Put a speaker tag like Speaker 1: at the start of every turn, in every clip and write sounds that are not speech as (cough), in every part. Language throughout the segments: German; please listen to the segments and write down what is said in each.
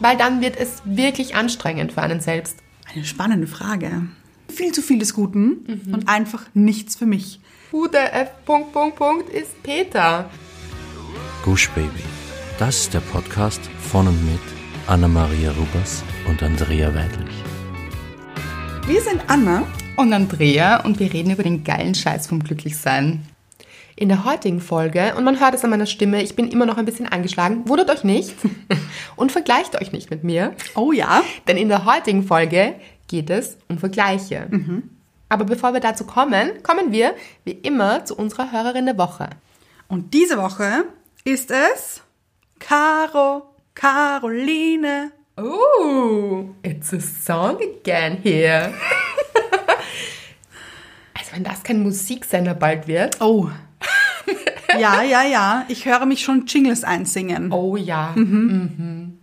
Speaker 1: weil dann wird es wirklich anstrengend für einen selbst.
Speaker 2: Eine spannende Frage. Mhm. Viel zu viel des Guten und einfach nichts für mich.
Speaker 1: Guter F. Punkt, Punkt, Punkt ist Peter.
Speaker 3: Gush Baby. Das ist der Podcast von und mit Anna-Maria Rubers und Andrea Weidlich.
Speaker 2: Wir sind Anna.
Speaker 4: Und Andrea und wir reden über den geilen Scheiß vom Glücklichsein.
Speaker 1: In der heutigen Folge, und man hört es an meiner Stimme, ich bin immer noch ein bisschen angeschlagen, wundert euch
Speaker 4: (laughs)
Speaker 1: nicht und vergleicht euch nicht mit mir,
Speaker 2: Oh ja.
Speaker 1: denn in der heutigen Folge geht es um Vergleiche.
Speaker 4: Mhm.
Speaker 1: Aber bevor wir dazu kommen, kommen wir wie immer zu unserer Hörerin der Woche.
Speaker 2: Und diese Woche ist es Caro, Caroline.
Speaker 1: Oh, it's a song again here. (laughs) also wenn das kein Musiksender bald wird.
Speaker 2: Oh. (laughs) ja, ja, ja. Ich höre mich schon Jingles einsingen.
Speaker 1: Oh ja. Mhm.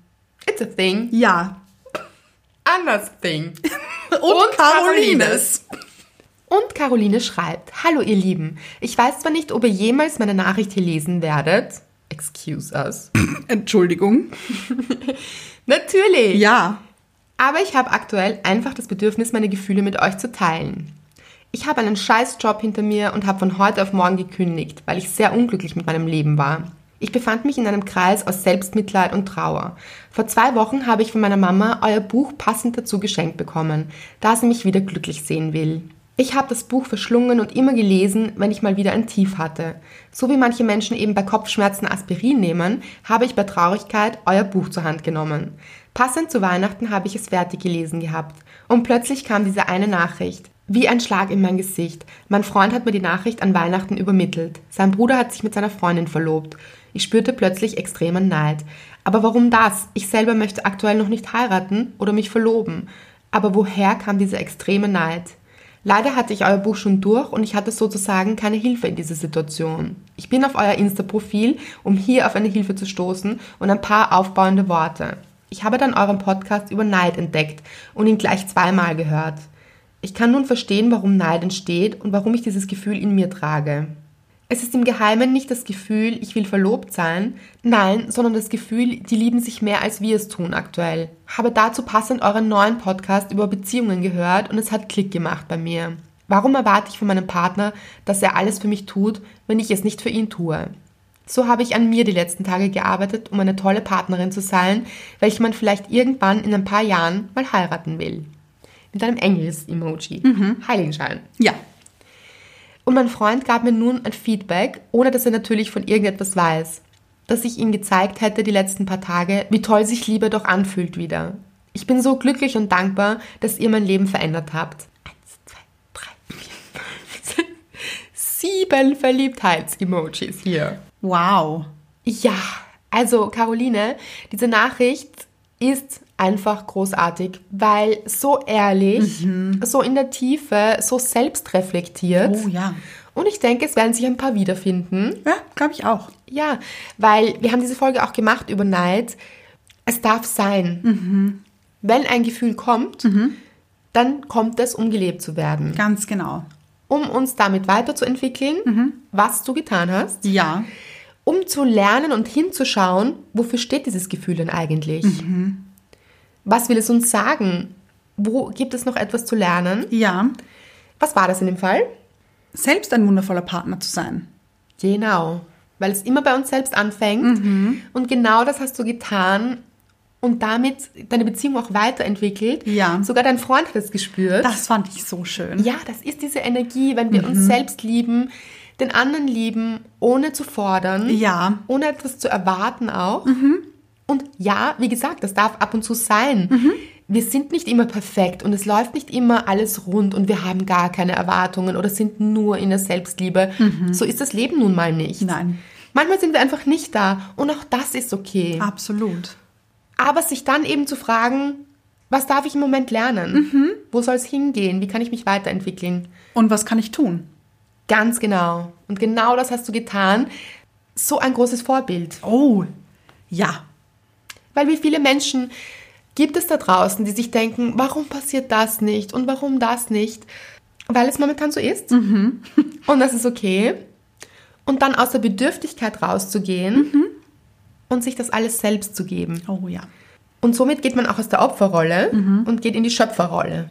Speaker 1: It's a thing.
Speaker 2: Ja.
Speaker 1: Anders thing.
Speaker 2: Und,
Speaker 1: Carolines. Und Caroline schreibt, Hallo ihr Lieben, ich weiß zwar nicht, ob ihr jemals meine Nachricht hier lesen werdet. Excuse (laughs) us.
Speaker 2: Entschuldigung.
Speaker 1: Natürlich.
Speaker 2: Ja.
Speaker 1: Aber ich habe aktuell einfach das Bedürfnis, meine Gefühle mit euch zu teilen. Ich habe einen Scheißjob hinter mir und habe von heute auf morgen gekündigt, weil ich sehr unglücklich mit meinem Leben war. Ich befand mich in einem Kreis aus Selbstmitleid und Trauer. Vor zwei Wochen habe ich von meiner Mama euer Buch passend dazu geschenkt bekommen, da sie mich wieder glücklich sehen will. Ich habe das Buch verschlungen und immer gelesen, wenn ich mal wieder ein Tief hatte. So wie manche Menschen eben bei Kopfschmerzen Aspirin nehmen, habe ich bei Traurigkeit euer Buch zur Hand genommen. Passend zu Weihnachten habe ich es fertig gelesen gehabt. Und plötzlich kam diese eine Nachricht. Wie ein Schlag in mein Gesicht. Mein Freund hat mir die Nachricht an Weihnachten übermittelt. Sein Bruder hat sich mit seiner Freundin verlobt. Ich spürte plötzlich extremen Neid. Aber warum das? Ich selber möchte aktuell noch nicht heiraten oder mich verloben. Aber woher kam dieser extreme Neid? Leider hatte ich euer Buch schon durch und ich hatte sozusagen keine Hilfe in dieser Situation. Ich bin auf euer Insta-Profil, um hier auf eine Hilfe zu stoßen und ein paar aufbauende Worte. Ich habe dann euren Podcast über Neid entdeckt und ihn gleich zweimal gehört. Ich kann nun verstehen, warum Neid entsteht und warum ich dieses Gefühl in mir trage. Es ist im Geheimen nicht das Gefühl, ich will verlobt sein, nein, sondern das Gefühl, die lieben sich mehr als wir es tun aktuell. Habe dazu passend euren neuen Podcast über Beziehungen gehört und es hat Klick gemacht bei mir. Warum erwarte ich von meinem Partner, dass er alles für mich tut, wenn ich es nicht für ihn tue? So habe ich an mir die letzten Tage gearbeitet, um eine tolle Partnerin zu sein, welche man vielleicht irgendwann in ein paar Jahren mal heiraten will. Mit einem Engels-Emoji. Heiligenschein.
Speaker 2: Ja.
Speaker 1: Und mein Freund gab mir nun ein Feedback, ohne dass er natürlich von irgendetwas weiß, dass ich ihm gezeigt hätte die letzten paar Tage, wie toll sich Liebe doch anfühlt wieder. Ich bin so glücklich und dankbar, dass ihr mein Leben verändert habt. Eins, zwei, drei, vier, (laughs) fünf, sechs, sieben Verliebtheits-Emojis hier.
Speaker 2: Wow.
Speaker 1: Ja, also Caroline, diese Nachricht ist einfach großartig, weil so ehrlich, so in der Tiefe, so selbstreflektiert.
Speaker 2: Oh ja.
Speaker 1: Und ich denke, es werden sich ein paar wiederfinden.
Speaker 2: Ja, glaube ich auch.
Speaker 1: Ja, weil wir haben diese Folge auch gemacht über Neid. Es darf sein. Wenn ein Gefühl kommt, dann kommt es, um gelebt zu werden.
Speaker 2: Ganz genau.
Speaker 1: Um uns damit weiterzuentwickeln, was du getan hast
Speaker 2: Ja.
Speaker 1: um zu lernen und hinzuschauen, wofür steht dieses Gefühl denn eigentlich? Was will es uns sagen? Wo gibt es noch etwas zu lernen?
Speaker 2: Ja.
Speaker 1: Was war das in dem Fall?
Speaker 2: Selbst ein wundervoller Partner zu sein.
Speaker 1: Genau, weil es immer bei uns selbst anfängt. Und genau das hast du getan und damit deine Beziehung auch weiterentwickelt.
Speaker 2: Ja.
Speaker 1: Sogar dein Freund hat es gespürt.
Speaker 2: Das fand ich so schön.
Speaker 1: Ja, das ist diese Energie, wenn wir
Speaker 2: Mhm.
Speaker 1: uns selbst lieben, den anderen lieben, ohne zu fordern,
Speaker 2: Ja. Mhm.
Speaker 1: ohne etwas zu erwarten auch. Und ja, wie gesagt, das darf ab und zu sein.
Speaker 2: Mhm.
Speaker 1: Wir sind nicht immer perfekt und es läuft nicht immer alles rund und wir haben gar keine Erwartungen oder sind nur in der Selbstliebe. So ist das Leben nun mal nicht.
Speaker 2: Mhm. Nein.
Speaker 1: Manchmal sind wir einfach nicht da und auch das ist okay.
Speaker 2: Ah. Absolut.
Speaker 1: Aber sich dann eben zu fragen, was darf ich im Moment lernen?
Speaker 2: Mhm.
Speaker 1: Wo soll es hingehen? Wie kann ich mich weiterentwickeln?
Speaker 2: Und was kann ich tun?
Speaker 1: Ganz genau. Und genau das hast du getan. So ein großes Vorbild.
Speaker 2: Oh. Ja.
Speaker 1: Weil wie viele Menschen gibt es da draußen, die sich denken, warum passiert das nicht und warum das nicht? Weil es momentan so ist. Und das ist okay. Und dann aus der Bedürftigkeit rauszugehen und sich das alles selbst zu geben.
Speaker 2: Oh ja.
Speaker 1: Und somit geht man auch aus der Opferrolle und geht in die Schöpferrolle.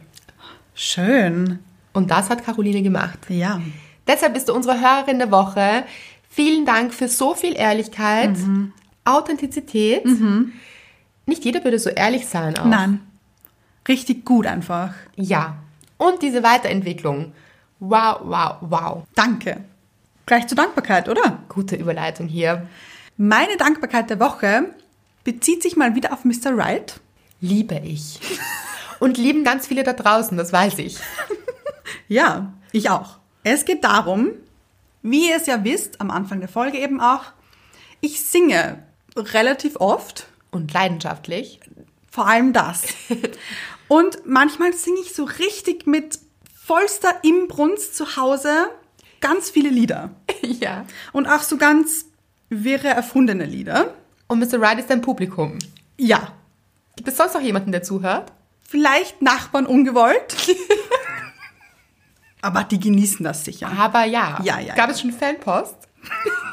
Speaker 2: Schön.
Speaker 1: Und das hat Caroline gemacht.
Speaker 2: Ja.
Speaker 1: Deshalb bist du unsere Hörerin der Woche. Vielen Dank für so viel Ehrlichkeit, Authentizität. Nicht jeder würde so ehrlich sein auch.
Speaker 2: Nein. Richtig gut einfach.
Speaker 1: Ja. Und diese Weiterentwicklung. Wow, wow, wow.
Speaker 2: Danke. Gleich zur Dankbarkeit, oder?
Speaker 1: Gute Überleitung hier.
Speaker 2: Meine Dankbarkeit der Woche bezieht sich mal wieder auf Mr. Right.
Speaker 1: Liebe ich. Und lieben ganz viele da draußen, das weiß ich.
Speaker 2: Ja, ich auch. Es geht darum, wie ihr es ja wisst, am Anfang der Folge eben auch, ich singe relativ oft,
Speaker 1: Und leidenschaftlich.
Speaker 2: vor allem das. Und manchmal singe ich so richtig mit vollster Imbrunst zu Hause ganz viele Lieder.
Speaker 1: ja.
Speaker 2: Und auch so ganz wirre, erfundene Lieder.
Speaker 1: Und Mr. Right ist dein Publikum.
Speaker 2: Ja,
Speaker 1: Gibt es sonst noch jemanden, der zuhört?
Speaker 2: vielleicht Nachbarn ungewollt. Aber die genießen das sicher.
Speaker 1: Aber ja.
Speaker 2: Ja, ja,
Speaker 1: Gab
Speaker 2: ja.
Speaker 1: es schon Fanpost?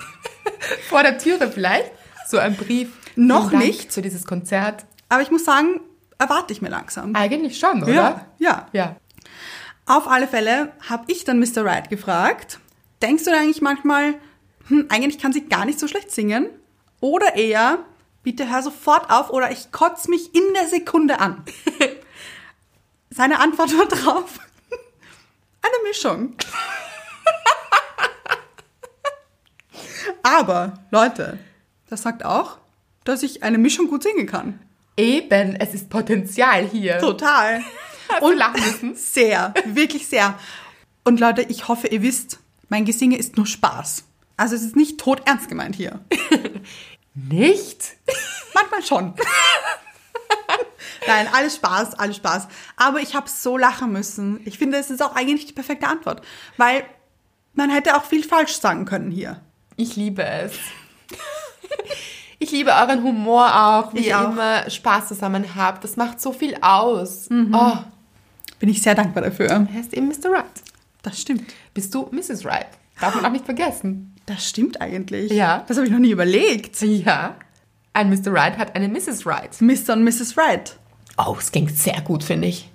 Speaker 1: (laughs) Vor der Türe vielleicht? So ein Brief.
Speaker 2: Noch
Speaker 1: Vielen Dank
Speaker 2: nicht.
Speaker 1: Zu dieses Konzert.
Speaker 2: Aber ich muss sagen, erwarte ich mir langsam.
Speaker 1: Eigentlich schon, oder?
Speaker 2: Ja, ja.
Speaker 1: Ja.
Speaker 2: Auf alle Fälle habe ich dann Mr. Right gefragt, denkst du denn eigentlich manchmal, hm, eigentlich kann sie gar nicht so schlecht singen? Oder eher, bitte hör sofort auf oder ich kotz mich in der Sekunde an. Seine Antwort war drauf, (laughs) eine Mischung. (laughs) Aber, Leute, das sagt auch, dass ich eine Mischung gut singen kann.
Speaker 1: Eben, es ist Potenzial hier.
Speaker 2: Total.
Speaker 1: Und lachen müssen.
Speaker 2: Sehr, wirklich sehr. Und Leute, ich hoffe, ihr wisst, mein Gesinge ist nur Spaß. Also es ist nicht tot ernst gemeint hier.
Speaker 1: Nicht?
Speaker 2: Manchmal schon. Nein, alles Spaß, alles Spaß. Aber ich habe so lachen müssen. Ich finde, es ist auch eigentlich die perfekte Antwort. Weil man hätte auch viel falsch sagen können hier.
Speaker 1: Ich liebe es. (laughs) Ich liebe euren Humor auch, wie
Speaker 2: Ich
Speaker 1: ihr
Speaker 2: auch.
Speaker 1: immer Spaß zusammen habt. Das macht so viel aus. Oh,
Speaker 2: Bin ich sehr dankbar dafür.
Speaker 1: er heißt eben Mr. Right.
Speaker 2: Das stimmt.
Speaker 1: Bist du Mrs. Right? Darf man auch nicht vergessen.
Speaker 2: Das stimmt eigentlich.
Speaker 1: Ja.
Speaker 2: Das habe ich noch nie überlegt.
Speaker 1: Ja. Ein Mr. Right hat eine Mrs. Right.
Speaker 2: Mr. und Mrs. Right.
Speaker 1: Oh, es klingt sehr gut, finde ich.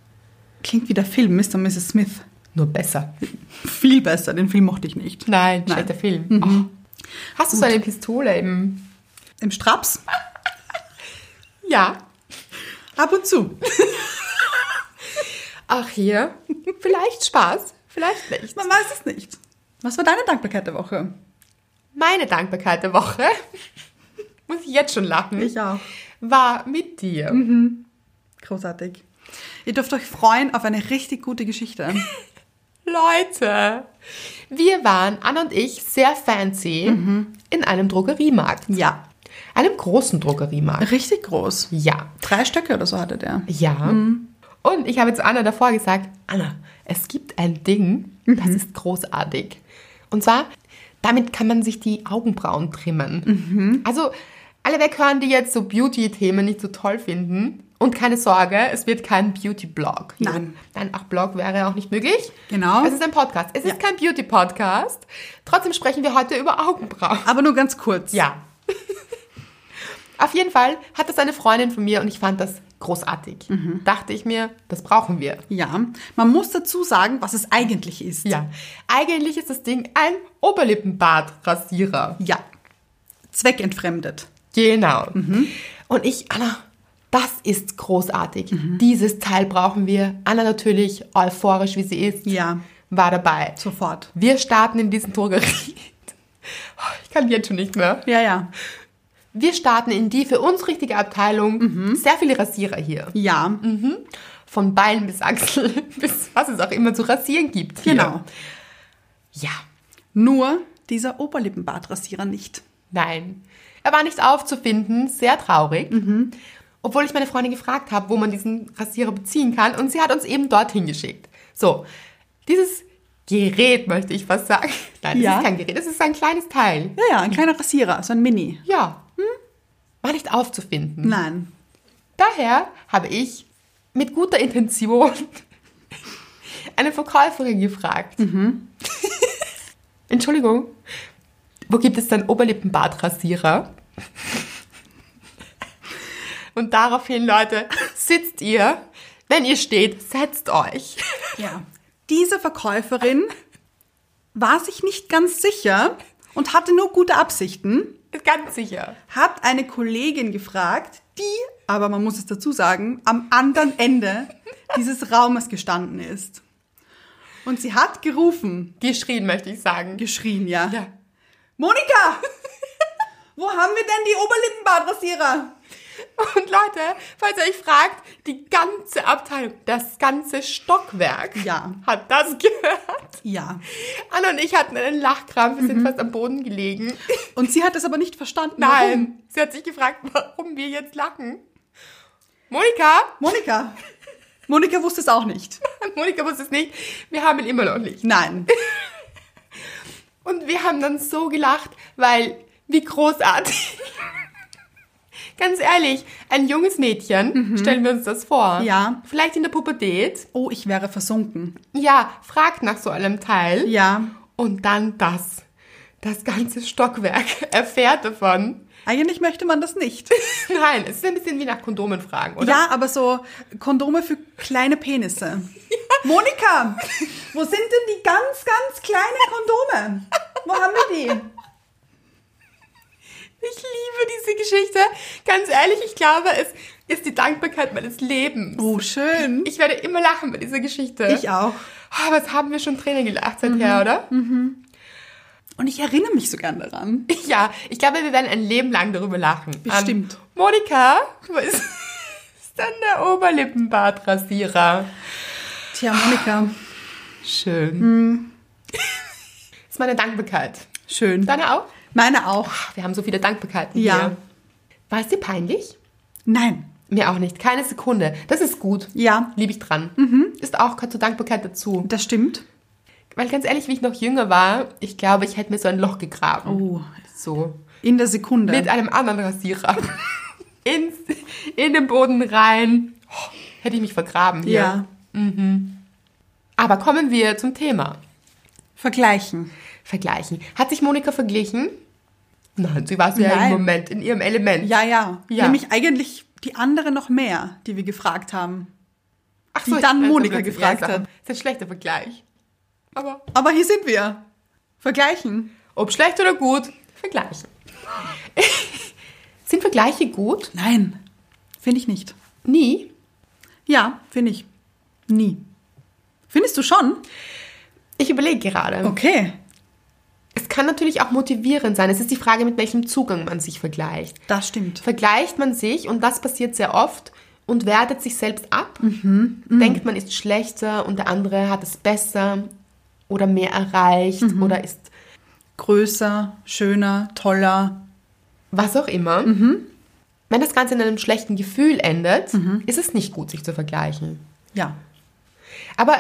Speaker 2: Klingt wie der Film Mr. und Mrs. Smith.
Speaker 1: Nur besser.
Speaker 2: Viel besser, den Film mochte ich nicht.
Speaker 1: Nein, schlechter Film. Oh. Hast du so eine Pistole im...
Speaker 2: Im Straps?
Speaker 1: Ja.
Speaker 2: Ab und zu.
Speaker 1: Ach, hier. Vielleicht Spaß, vielleicht nicht.
Speaker 2: Man weiß es nicht. Was war deine Dankbarkeit der Woche?
Speaker 1: Meine Dankbarkeit der Woche, (laughs) muss ich Mhm. jetzt schon lachen,
Speaker 2: auch.
Speaker 1: war mit dir.
Speaker 2: Großartig. Ihr dürft euch freuen auf eine richtig gute Geschichte.
Speaker 1: Leute, wir waren, Anna und ich, sehr fancy in einem Drogeriemarkt.
Speaker 2: (laughs) Ja.
Speaker 1: Einem großen Drogeriemarkt.
Speaker 2: Richtig groß.
Speaker 1: Ja.
Speaker 2: Drei Stöcke oder so hatte der.
Speaker 1: Ja.
Speaker 2: Hm.
Speaker 1: Und ich habe zu Anna davor gesagt, Anna, es gibt ein Ding, das
Speaker 2: Mhm.
Speaker 1: ist großartig. Und zwar, damit kann man sich die Augenbrauen trimmen.
Speaker 2: Mhm.
Speaker 1: Also, alle weghören, die jetzt so Beauty-Themen nicht so toll finden. Und keine Sorge, es wird kein Beauty-Blog. hier.
Speaker 2: Nein.
Speaker 1: Nein, ach, Blog wäre auch nicht möglich.
Speaker 2: Genau.
Speaker 1: Es ist ein Podcast. Es ist kein Beauty-Podcast. Trotzdem sprechen wir heute über Augenbrauen.
Speaker 2: Aber nur ganz kurz.
Speaker 1: Ja. Auf jeden Fall hat das eine Freundin von mir und ich fand das großartig.
Speaker 2: Mhm.
Speaker 1: Dachte ich mir, das brauchen wir.
Speaker 2: Ja. Man muss dazu sagen, was es eigentlich ist.
Speaker 1: Ja. Eigentlich ist das Ding ein Oberlippenbartrasierer.
Speaker 2: Ja. Zweckentfremdet.
Speaker 1: Genau.
Speaker 2: Mhm.
Speaker 1: Und ich, Anna, das ist großartig.
Speaker 2: Mhm.
Speaker 1: Dieses Teil brauchen wir. Anna natürlich, euphorisch wie sie ist,
Speaker 2: Ja.
Speaker 1: war dabei.
Speaker 2: Sofort.
Speaker 1: Wir starten in diesen Drogerie. Ich kann jetzt schon nicht mehr.
Speaker 2: Ja, ja.
Speaker 1: Wir starten in die für uns richtige Abteilung.
Speaker 2: Mhm.
Speaker 1: Sehr viele Rasierer hier.
Speaker 2: Ja.
Speaker 1: von Bein bis Achsel, (laughs) bis was es auch immer zu rasieren gibt. Hier.
Speaker 2: Genau.
Speaker 1: Ja,
Speaker 2: Nur dieser Oberlippenbartrasierer nicht.
Speaker 1: nein. Er war nicht aufzufinden, sehr traurig.
Speaker 2: Mhm.
Speaker 1: Obwohl ich meine Freundin gefragt habe, wo man diesen Rasierer beziehen kann und sie hat uns eben dorthin geschickt. So, dieses Gerät möchte ich fast sagen. (laughs) Nein, es
Speaker 2: Ja.
Speaker 1: ist kein Gerät, es ist ein kleines Teil.
Speaker 2: Ja, ja, ein kleiner Rasierer, so ein Mini.
Speaker 1: Ja, hm? war nicht aufzufinden.
Speaker 2: Nein.
Speaker 1: Daher habe ich mit guter Intention (laughs) eine Verkäuferin gefragt. (laughs) Entschuldigung, wo gibt es denn Oberlippenbartrasierer? (laughs) Und daraufhin, Leute, sitzt ihr. Wenn ihr steht, setzt euch. (laughs)
Speaker 2: Ja. Diese Verkäuferin war sich nicht ganz sicher und hatte nur gute Absichten,
Speaker 1: Ganz sicher.
Speaker 2: hat eine Kollegin gefragt, die, aber man muss es dazu sagen, am anderen Ende dieses Raumes gestanden ist. Und sie hat gerufen,
Speaker 1: Geschrien, möchte ich sagen.
Speaker 2: geschrien, ja.
Speaker 1: Ja.
Speaker 2: Monika! Wo haben wir denn die Oberlippenbadrasierer?
Speaker 1: Und Leute, falls ihr euch fragt, die ganze Abteilung, das ganze Stockwerk
Speaker 2: Ja.
Speaker 1: hat das (laughs) gehört.
Speaker 2: Ja.
Speaker 1: Anna und ich hatten einen Lachkrampf, wir sind fast am Boden gelegen.
Speaker 2: Und sie hat es aber nicht verstanden. Mhm. Warum?
Speaker 1: Nein, sie hat sich gefragt, warum wir jetzt lachen. Monika,
Speaker 2: Monika. Monika wusste es auch nicht.
Speaker 1: Monika wusste es nicht, wir haben ihn immer noch nicht.
Speaker 2: Nein.
Speaker 1: Und wir haben dann so gelacht, weil wie großartig. (laughs) Ganz ehrlich, ein junges Mädchen, stellen wir uns das vor.
Speaker 2: Mhm. Ja.
Speaker 1: Vielleicht in der Pubertät.
Speaker 2: Oh, ich wäre versunken.
Speaker 1: Ja, fragt nach so einem Teil.
Speaker 2: Ja.
Speaker 1: Und dann das. Das ganze Stockwerk (laughs) erfährt davon.
Speaker 2: Eigentlich möchte man das nicht.
Speaker 1: Nein, es ist ein bisschen wie nach Kondomen fragen, oder?
Speaker 2: Ja, aber so Kondome für kleine Penisse. Monika, wo sind denn die ganz, ganz kleinen Kondome? Wo haben wir die?
Speaker 1: Ich liebe diese Geschichte. Ganz ehrlich, ich glaube, es ist die Dankbarkeit meines Lebens.
Speaker 2: Oh, schön.
Speaker 1: Ich werde immer lachen bei dieser Geschichte.
Speaker 2: Ich auch. Mhm.
Speaker 1: Ah, Was haben wir schon Tränen gelacht seither, oder? (laughs)
Speaker 2: Und ich erinnere mich so gern daran.
Speaker 1: Ja, ich glaube, wir werden ein Leben lang darüber lachen.
Speaker 2: Bestimmt.
Speaker 1: Ähm, Monika, wo ist, (laughs) ist dann der Oberlippenbartrasierer?
Speaker 2: Tja, Monika,
Speaker 1: Schön.
Speaker 2: Hm.
Speaker 1: (laughs) ist meine Dankbarkeit.
Speaker 2: schön.
Speaker 1: Deine auch?
Speaker 2: Meine auch.
Speaker 1: Ach, wir haben so viele Dankbarkeiten
Speaker 2: Ja.
Speaker 1: hier. War es dir peinlich?
Speaker 2: Nein.
Speaker 1: Mir auch nicht. Keine Sekunde. Das ist gut.
Speaker 2: Ja, Mhm.
Speaker 1: Liebe ich dran. Ist auch gehört zur Dankbarkeit dazu.
Speaker 2: das stimmt.
Speaker 1: Weil ganz ehrlich, wie ich noch jünger war, ich glaube, ich hätte mir so ein Loch gegraben.
Speaker 2: Oh,
Speaker 1: So.
Speaker 2: in der Sekunde.
Speaker 1: Mit einem anderen
Speaker 2: (laughs)
Speaker 1: Rasierer. Ins, in den Boden rein. Oh, hätte ich mich vergraben hier.
Speaker 2: ja.
Speaker 1: Aber kommen wir zum Thema.
Speaker 2: Vergleichen.
Speaker 1: Vergleichen. Hat sich Monika verglichen? Nein, sie war sehr
Speaker 2: Nein.
Speaker 1: im Moment in ihrem Element.
Speaker 2: Ja, ja,
Speaker 1: Ja.
Speaker 2: Nämlich eigentlich die andere noch mehr, die wir gefragt haben.
Speaker 1: Ach
Speaker 2: die
Speaker 1: ich
Speaker 2: dann
Speaker 1: weiß,
Speaker 2: Monika
Speaker 1: plötzlich
Speaker 2: gefragt
Speaker 1: Sachen.
Speaker 2: hat.
Speaker 1: Das ist ein schlechter Vergleich. Aber
Speaker 2: Aber hier sind wir. Vergleichen.
Speaker 1: ob schlecht oder gut, vergleichen. Sind Vergleiche gut?
Speaker 2: Nein, finde ich nicht.
Speaker 1: Nie.
Speaker 2: Ja, finde ich. Nie. Findest du schon?
Speaker 1: Ich überlege gerade.
Speaker 2: Okay.
Speaker 1: Es kann natürlich auch motivierend sein. Es ist die Frage, mit welchem Zugang man sich vergleicht.
Speaker 2: Das stimmt.
Speaker 1: Vergleicht man sich, und das passiert sehr oft, und wertet sich selbst ab, denkt, man ist schlechter und der andere hat es besser oder mehr erreicht oder ist
Speaker 2: Größer, schöner, toller.
Speaker 1: was auch immer. Wenn das Ganze in einem schlechten Gefühl endet, ist es nicht gut, sich zu vergleichen.
Speaker 2: Ja.
Speaker 1: Aber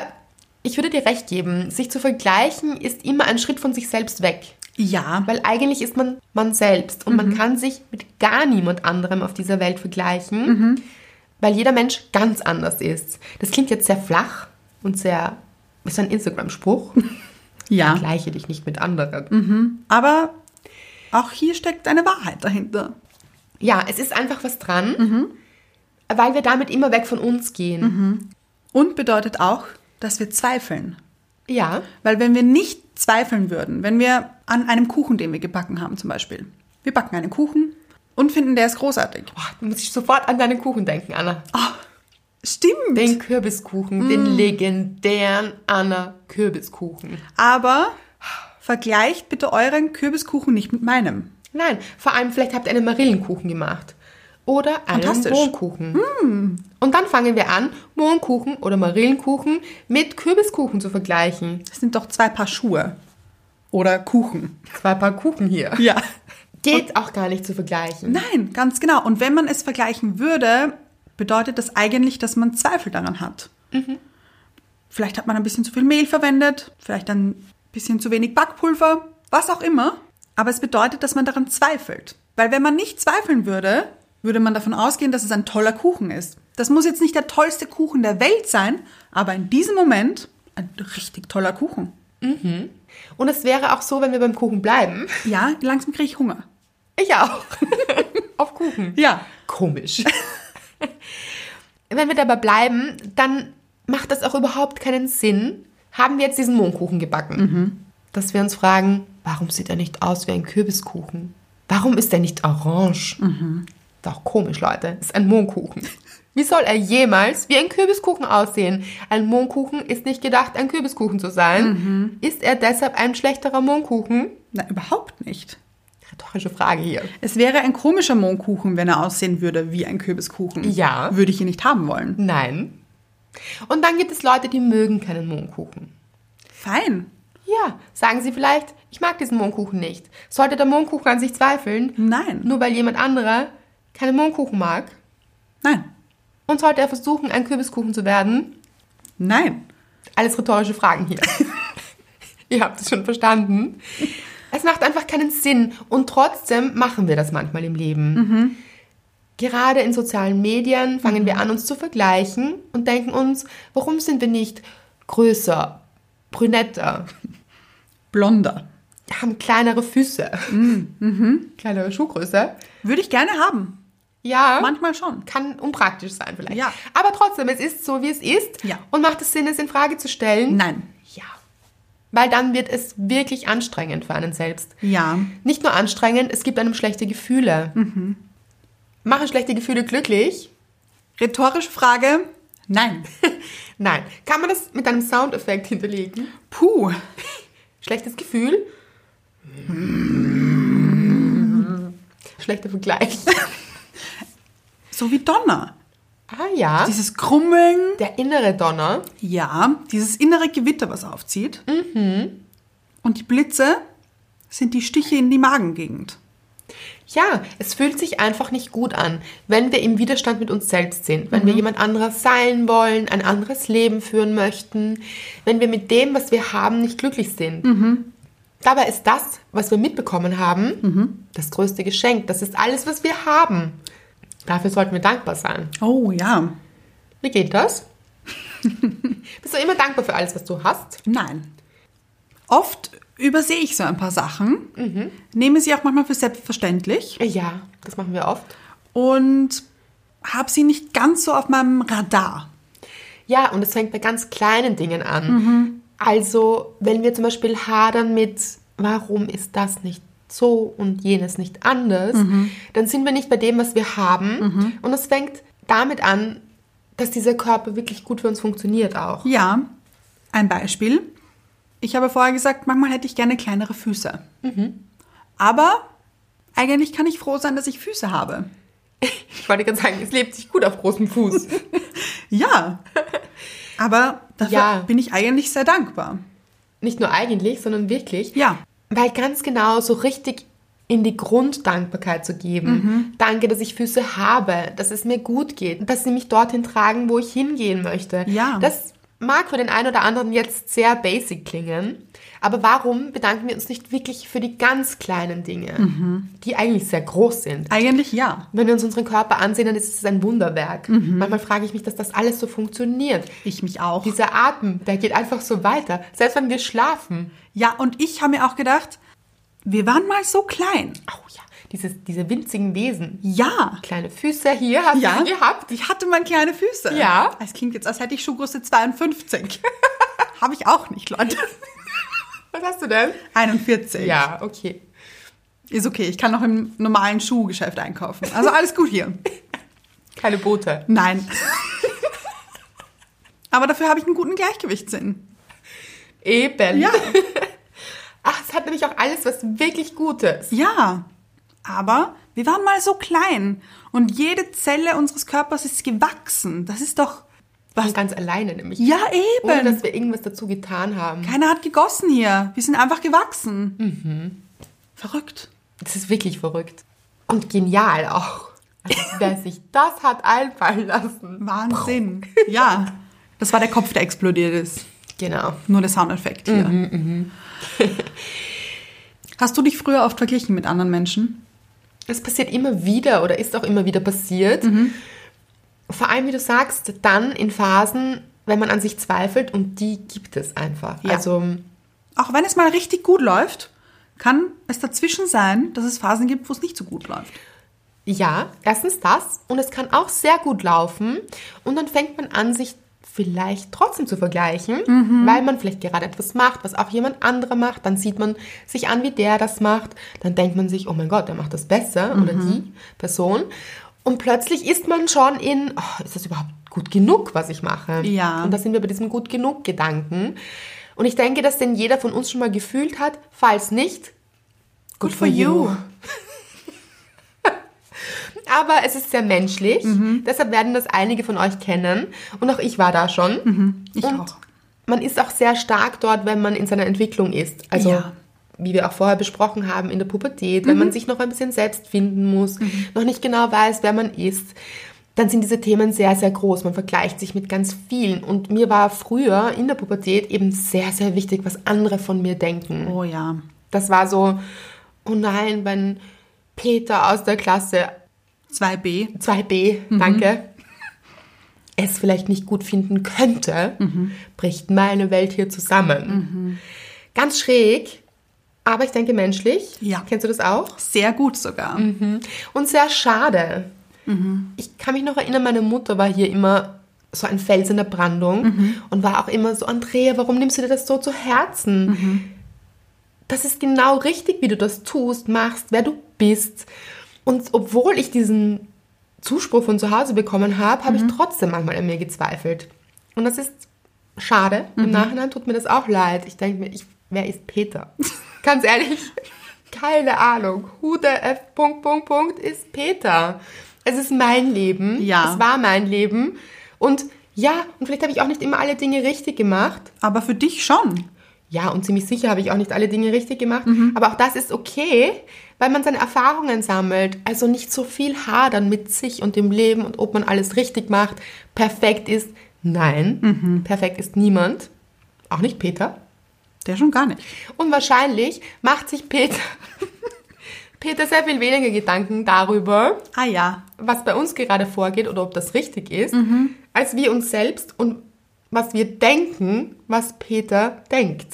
Speaker 1: ich würde dir recht geben, sich zu vergleichen ist immer ein Schritt von sich selbst weg.
Speaker 2: Ja.
Speaker 1: Weil eigentlich ist man man selbst und man kann sich mit gar niemand anderem auf dieser Welt vergleichen, weil jeder Mensch ganz anders ist. Das klingt jetzt sehr flach und sehr, ist ein Instagram-Spruch.
Speaker 2: Ja.
Speaker 1: Vergleiche dich nicht mit anderen.
Speaker 2: Aber auch hier steckt eine Wahrheit dahinter.
Speaker 1: Ja, es ist einfach was dran, weil wir damit immer weg von uns gehen.
Speaker 2: Und bedeutet auch, dass wir zweifeln.
Speaker 1: Ja,
Speaker 2: Weil wenn wir nicht zweifeln würden, wenn wir an einem Kuchen, den wir gebacken haben zum Beispiel, wir backen einen Kuchen und finden, der ist großartig.
Speaker 1: Boah, Oh, da muss ich sofort an deinen Kuchen denken, Anna.
Speaker 2: Stimmt.
Speaker 1: Den Kürbiskuchen, den legendären Anna Kürbiskuchen.
Speaker 2: Aber vergleicht bitte euren Kürbiskuchen nicht mit meinem.
Speaker 1: Nein, vor allem vielleicht habt ihr einen Marillenkuchen gemacht. Oder einen
Speaker 2: Fantastisch.
Speaker 1: Mohnkuchen. Und dann fangen wir an, Mohnkuchen oder Marillenkuchen mit Kürbiskuchen zu vergleichen.
Speaker 2: Das sind doch zwei Paar Schuhe. Oder Kuchen.
Speaker 1: Zwei Paar Kuchen hier.
Speaker 2: Ja.
Speaker 1: Geht auch gar nicht zu vergleichen.
Speaker 2: Nein, ganz genau. Und wenn man es vergleichen würde, bedeutet das eigentlich, dass man Zweifel daran hat. Vielleicht hat man ein bisschen zu viel Mehl verwendet, vielleicht ein bisschen zu wenig Backpulver, was auch immer. Aber es bedeutet, dass man daran zweifelt. Weil wenn man nicht zweifeln würde, würde man davon ausgehen, dass es ein toller Kuchen ist. Das muss jetzt nicht der tollste Kuchen der Welt sein, aber in diesem Moment ein richtig toller Kuchen.
Speaker 1: Und es wäre auch so, wenn wir beim Kuchen bleiben.
Speaker 2: Ja, langsam kriege ich Hunger.
Speaker 1: Ich auch. Auf Kuchen.
Speaker 2: Ja.
Speaker 1: Komisch. (laughs) Wenn wir dabei bleiben, dann macht das auch überhaupt keinen Sinn. Haben wir jetzt diesen Mohnkuchen gebacken? Dass wir uns fragen, warum sieht er nicht aus wie ein Kürbiskuchen? Warum ist er nicht orange? Ist auch komisch, Leute. Ist ein Mohnkuchen. Wie soll er jemals wie ein Kürbiskuchen aussehen? Ein Mohnkuchen ist nicht gedacht, ein Kürbiskuchen zu sein. Ist er deshalb ein schlechterer Mohnkuchen?
Speaker 2: Na, überhaupt nicht.
Speaker 1: Rhetorische Frage hier.
Speaker 2: Es wäre ein komischer Mohnkuchen, wenn er aussehen würde wie ein Kürbiskuchen.
Speaker 1: Ja.
Speaker 2: Würde ich ihn nicht haben wollen.
Speaker 1: Nein. Und dann gibt es Leute, die mögen keinen Mohnkuchen.
Speaker 2: Fein.
Speaker 1: Ja, sagen Sie vielleicht, ich mag diesen Mohnkuchen nicht. Sollte der Mohnkuchen an sich zweifeln?
Speaker 2: Nein.
Speaker 1: Nur weil jemand anderer keinen Mohnkuchen mag?
Speaker 2: Nein.
Speaker 1: Und sollte er versuchen, ein Kürbiskuchen zu werden?
Speaker 2: Nein.
Speaker 1: Alles rhetorische Fragen hier. (laughs) Ihr habt es schon verstanden. Es macht einfach keinen Sinn und trotzdem machen wir das manchmal im Leben. Gerade in sozialen Medien fangen wir an, uns zu vergleichen und denken uns, warum sind wir nicht größer, brünetter,
Speaker 2: Blonder.
Speaker 1: haben kleinere Füße, Mhm. kleinere Schuhgröße.
Speaker 2: Würde ich gerne haben.
Speaker 1: Ja,
Speaker 2: Manchmal schon.
Speaker 1: kann unpraktisch sein vielleicht.
Speaker 2: Ja.
Speaker 1: Aber trotzdem, es ist so, wie es ist.
Speaker 2: Ja.
Speaker 1: Und macht es Sinn, es in Frage zu stellen?
Speaker 2: Nein.
Speaker 1: Ja. Weil dann wird es wirklich anstrengend für einen selbst.
Speaker 2: Ja.
Speaker 1: Nicht nur anstrengend, es gibt einem schlechte Gefühle. Machen schlechte Gefühle glücklich?
Speaker 2: Rhetorische Frage. Nein.
Speaker 1: Nein. Kann man das mit einem Soundeffekt hinterlegen?
Speaker 2: Puh.
Speaker 1: Schlechtes Gefühl? Schlechter Vergleich. (laughs)
Speaker 2: So wie Donner.
Speaker 1: Ah ja.
Speaker 2: Dieses Krummeln.
Speaker 1: Der innere Donner.
Speaker 2: Ja. Dieses innere Gewitter, was aufzieht. Mhm. Und die Blitze sind die Stiche in die Magengegend.
Speaker 1: Ja, es fühlt sich einfach nicht gut an, wenn wir im Widerstand mit uns selbst sind, wenn wir jemand anderes sein wollen, ein anderes Leben führen möchten, wenn wir mit dem, was wir haben, nicht glücklich sind. Dabei ist das, was wir mitbekommen haben, das größte Geschenk. Das ist alles, was wir haben. Dafür sollten wir dankbar sein.
Speaker 2: Oh ja.
Speaker 1: Wie geht das? Bist du immer dankbar für alles, was du hast?
Speaker 2: Nein. Oft übersehe ich so ein paar Sachen, nehme sie auch manchmal für selbstverständlich
Speaker 1: Ja, das machen wir oft.
Speaker 2: und habe sie nicht ganz so auf meinem Radar.
Speaker 1: Ja, und es fängt bei ganz kleinen Dingen an. Also, wenn wir zum Beispiel hadern mit, warum ist das nicht so und jenes nicht anders, dann sind wir nicht bei dem, was wir haben. Und es fängt damit an, dass dieser Körper wirklich gut für uns funktioniert auch.
Speaker 2: Ja, ein Beispiel. Ich habe vorher gesagt, manchmal hätte ich gerne kleinere Füße. Aber eigentlich kann ich froh sein, dass ich Füße habe.
Speaker 1: Ich wollte gerade sagen, es lebt sich gut auf großem Fuß.
Speaker 2: Ja. Aber dafür
Speaker 1: Ja.
Speaker 2: bin ich eigentlich sehr dankbar.
Speaker 1: (laughs) nicht nur eigentlich, sondern wirklich.
Speaker 2: Ja.
Speaker 1: Weil ganz genau so richtig in die Grunddankbarkeit zu geben. Danke, dass ich Füße habe, dass es mir gut geht, dass sie mich dorthin tragen, wo ich hingehen möchte.
Speaker 2: Ja.
Speaker 1: Das mag für den einen oder anderen jetzt sehr basic klingen, aber warum bedanken wir uns nicht wirklich für die ganz kleinen Dinge, die eigentlich sehr groß sind?
Speaker 2: Eigentlich ja.
Speaker 1: Wenn wir uns unseren Körper ansehen, dann ist es ein Wunderwerk. Manchmal frage ich mich, dass das alles so funktioniert.
Speaker 2: Ich mich auch.
Speaker 1: Dieser Atem, der geht einfach so weiter, selbst wenn wir schlafen.
Speaker 2: Ja, und ich habe mir auch gedacht, wir waren mal so klein.
Speaker 1: Oh ja, dieses, diese winzigen Wesen.
Speaker 2: Ja.
Speaker 1: Kleine Füße hier hast
Speaker 2: Ja.
Speaker 1: du sie gehabt.
Speaker 2: Ich hatte mal kleine Füße.
Speaker 1: Ja.
Speaker 2: Es klingt jetzt, als hätte ich Schuhgröße 52. (laughs) habe ich auch nicht, (laughs) Leute.
Speaker 1: Was hast du denn?
Speaker 2: 41.
Speaker 1: Ja, okay.
Speaker 2: Ist okay, ich kann noch im normalen Schuhgeschäft einkaufen. Also alles gut hier.
Speaker 1: Keine Boote.
Speaker 2: (laughs) Nein. Aber dafür habe ich einen guten Gleichgewichtssinn.
Speaker 1: Eben.
Speaker 2: Ja.
Speaker 1: (laughs) Ach, es hat nämlich auch alles was wirklich Gutes.
Speaker 2: Ja. Aber wir waren mal so klein und jede Zelle unseres Körpers ist gewachsen. Das ist doch was.
Speaker 1: Ganz alleine nämlich.
Speaker 2: Ja,
Speaker 1: Ohne,
Speaker 2: eben.
Speaker 1: dass wir irgendwas dazu getan haben.
Speaker 2: Keiner hat gegossen hier. Wir sind einfach gewachsen. Verrückt.
Speaker 1: Das ist wirklich verrückt. Und genial auch.
Speaker 2: (laughs)
Speaker 1: Also, wer sich das hat einfallen lassen.
Speaker 2: Wahnsinn. Ja. Das war der Kopf, der explodiert ist.
Speaker 1: Genau.
Speaker 2: Nur der Soundeffekt hier. (laughs) Hast du dich früher oft verglichen mit anderen Menschen?
Speaker 1: Es passiert immer wieder oder ist auch immer wieder passiert. Vor allem, wie du sagst, dann in Phasen, wenn man an sich zweifelt und die gibt es einfach.
Speaker 2: Ja.
Speaker 1: Also
Speaker 2: Auch wenn es mal richtig gut läuft, kann es dazwischen sein, dass es Phasen gibt, wo es nicht so gut läuft.
Speaker 1: Ja, erstens das und es kann auch sehr gut laufen und dann fängt man an, sich vielleicht trotzdem zu vergleichen,
Speaker 2: Mhm.
Speaker 1: weil man vielleicht gerade etwas macht, was auch jemand anderer macht, dann sieht man sich an, wie der das macht, dann denkt man sich, oh mein Gott, der macht das besser oder
Speaker 2: Mhm.
Speaker 1: die Person und plötzlich ist man schon in, oh, ist das überhaupt gut genug, was ich mache?
Speaker 2: Ja.
Speaker 1: Und da sind wir bei diesem gut genug Gedanken und ich denke, dass den jeder von uns schon mal gefühlt hat, falls nicht,
Speaker 2: Good for you.
Speaker 1: Aber es ist sehr menschlich.
Speaker 2: Mhm.
Speaker 1: Deshalb werden das einige von euch kennen. Und auch ich war da schon.
Speaker 2: Mhm. Ich
Speaker 1: und
Speaker 2: auch.
Speaker 1: man ist auch sehr stark dort, wenn man in seiner Entwicklung ist. Also
Speaker 2: Ja. Mhm.
Speaker 1: wie wir auch vorher besprochen haben, in der Pubertät, wenn man sich noch ein bisschen selbst finden muss, noch nicht genau weiß, wer man ist. Dann sind diese Themen sehr, sehr groß. Man vergleicht sich mit ganz vielen. Und mir war früher in der Pubertät eben sehr, sehr wichtig, was andere von mir denken.
Speaker 2: Oh ja.
Speaker 1: Das war so, oh nein, wenn Peter aus der Klasse
Speaker 2: 2b.
Speaker 1: 2b, danke, es vielleicht nicht gut finden könnte, bricht meine Welt hier zusammen. Ganz schräg, aber ich denke menschlich.
Speaker 2: Ja.
Speaker 1: Kennst du das auch?
Speaker 2: Sehr gut sogar.
Speaker 1: Und sehr schade. Ich kann mich noch erinnern, meine Mutter war hier immer so ein Fels in der Brandung und war auch immer so, Andrea, warum nimmst du dir das so zu Herzen? Das ist genau richtig, wie du das tust, machst, wer du bist. Und obwohl ich diesen Zuspruch von zu Hause bekommen habe, habe ich trotzdem manchmal an mir gezweifelt. Und das ist schade. Im Nachhinein tut mir das auch leid. Ich denke mir, ich, wer ist Peter? (laughs) Ganz ehrlich, keine Ahnung. Who the F. Punkt, Punkt, Punkt ist Peter. Es ist mein Leben.
Speaker 2: Ja.
Speaker 1: Es war mein Leben. Und ja, und vielleicht habe ich auch nicht immer alle Dinge richtig gemacht.
Speaker 2: Aber für dich schon.
Speaker 1: Ja, und ziemlich sicher habe ich auch nicht alle Dinge richtig gemacht. Aber auch das ist okay, weil man seine Erfahrungen sammelt. Also nicht so viel hadern mit sich und dem Leben und ob man alles richtig macht, perfekt ist. Nein, perfekt ist niemand. Auch nicht Peter.
Speaker 2: Der schon gar nicht.
Speaker 1: Und wahrscheinlich macht sich Peter, (laughs) Peter sehr viel weniger Gedanken darüber,
Speaker 2: Ah ja.
Speaker 1: was bei uns gerade vorgeht oder ob das richtig ist, als wir uns selbst und was wir denken, was Peter denkt.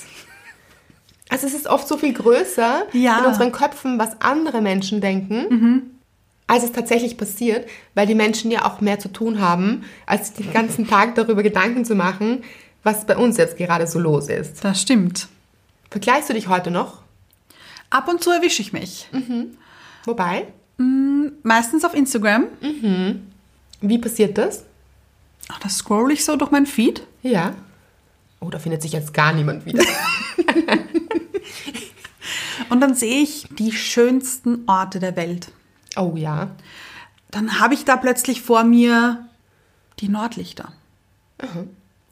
Speaker 1: Also es ist oft so viel größer
Speaker 2: Ja.
Speaker 1: in unseren Köpfen, was andere Menschen denken, als es tatsächlich passiert, weil die Menschen ja auch mehr zu tun haben, als sich den ganzen Tag darüber Gedanken zu machen, was bei uns jetzt gerade so los ist.
Speaker 2: Das stimmt.
Speaker 1: Vergleichst du dich heute noch?
Speaker 2: Ab und zu erwische ich mich.
Speaker 1: Wobei,
Speaker 2: Meistens auf Instagram.
Speaker 1: wie passiert das?
Speaker 2: Ach, da scroll ich so durch mein Feed.
Speaker 1: Ja. Oh, da findet sich jetzt gar niemand wieder.
Speaker 2: Und dann sehe ich die schönsten Orte der Welt.
Speaker 1: Oh ja.
Speaker 2: Dann habe ich da plötzlich vor mir die Nordlichter.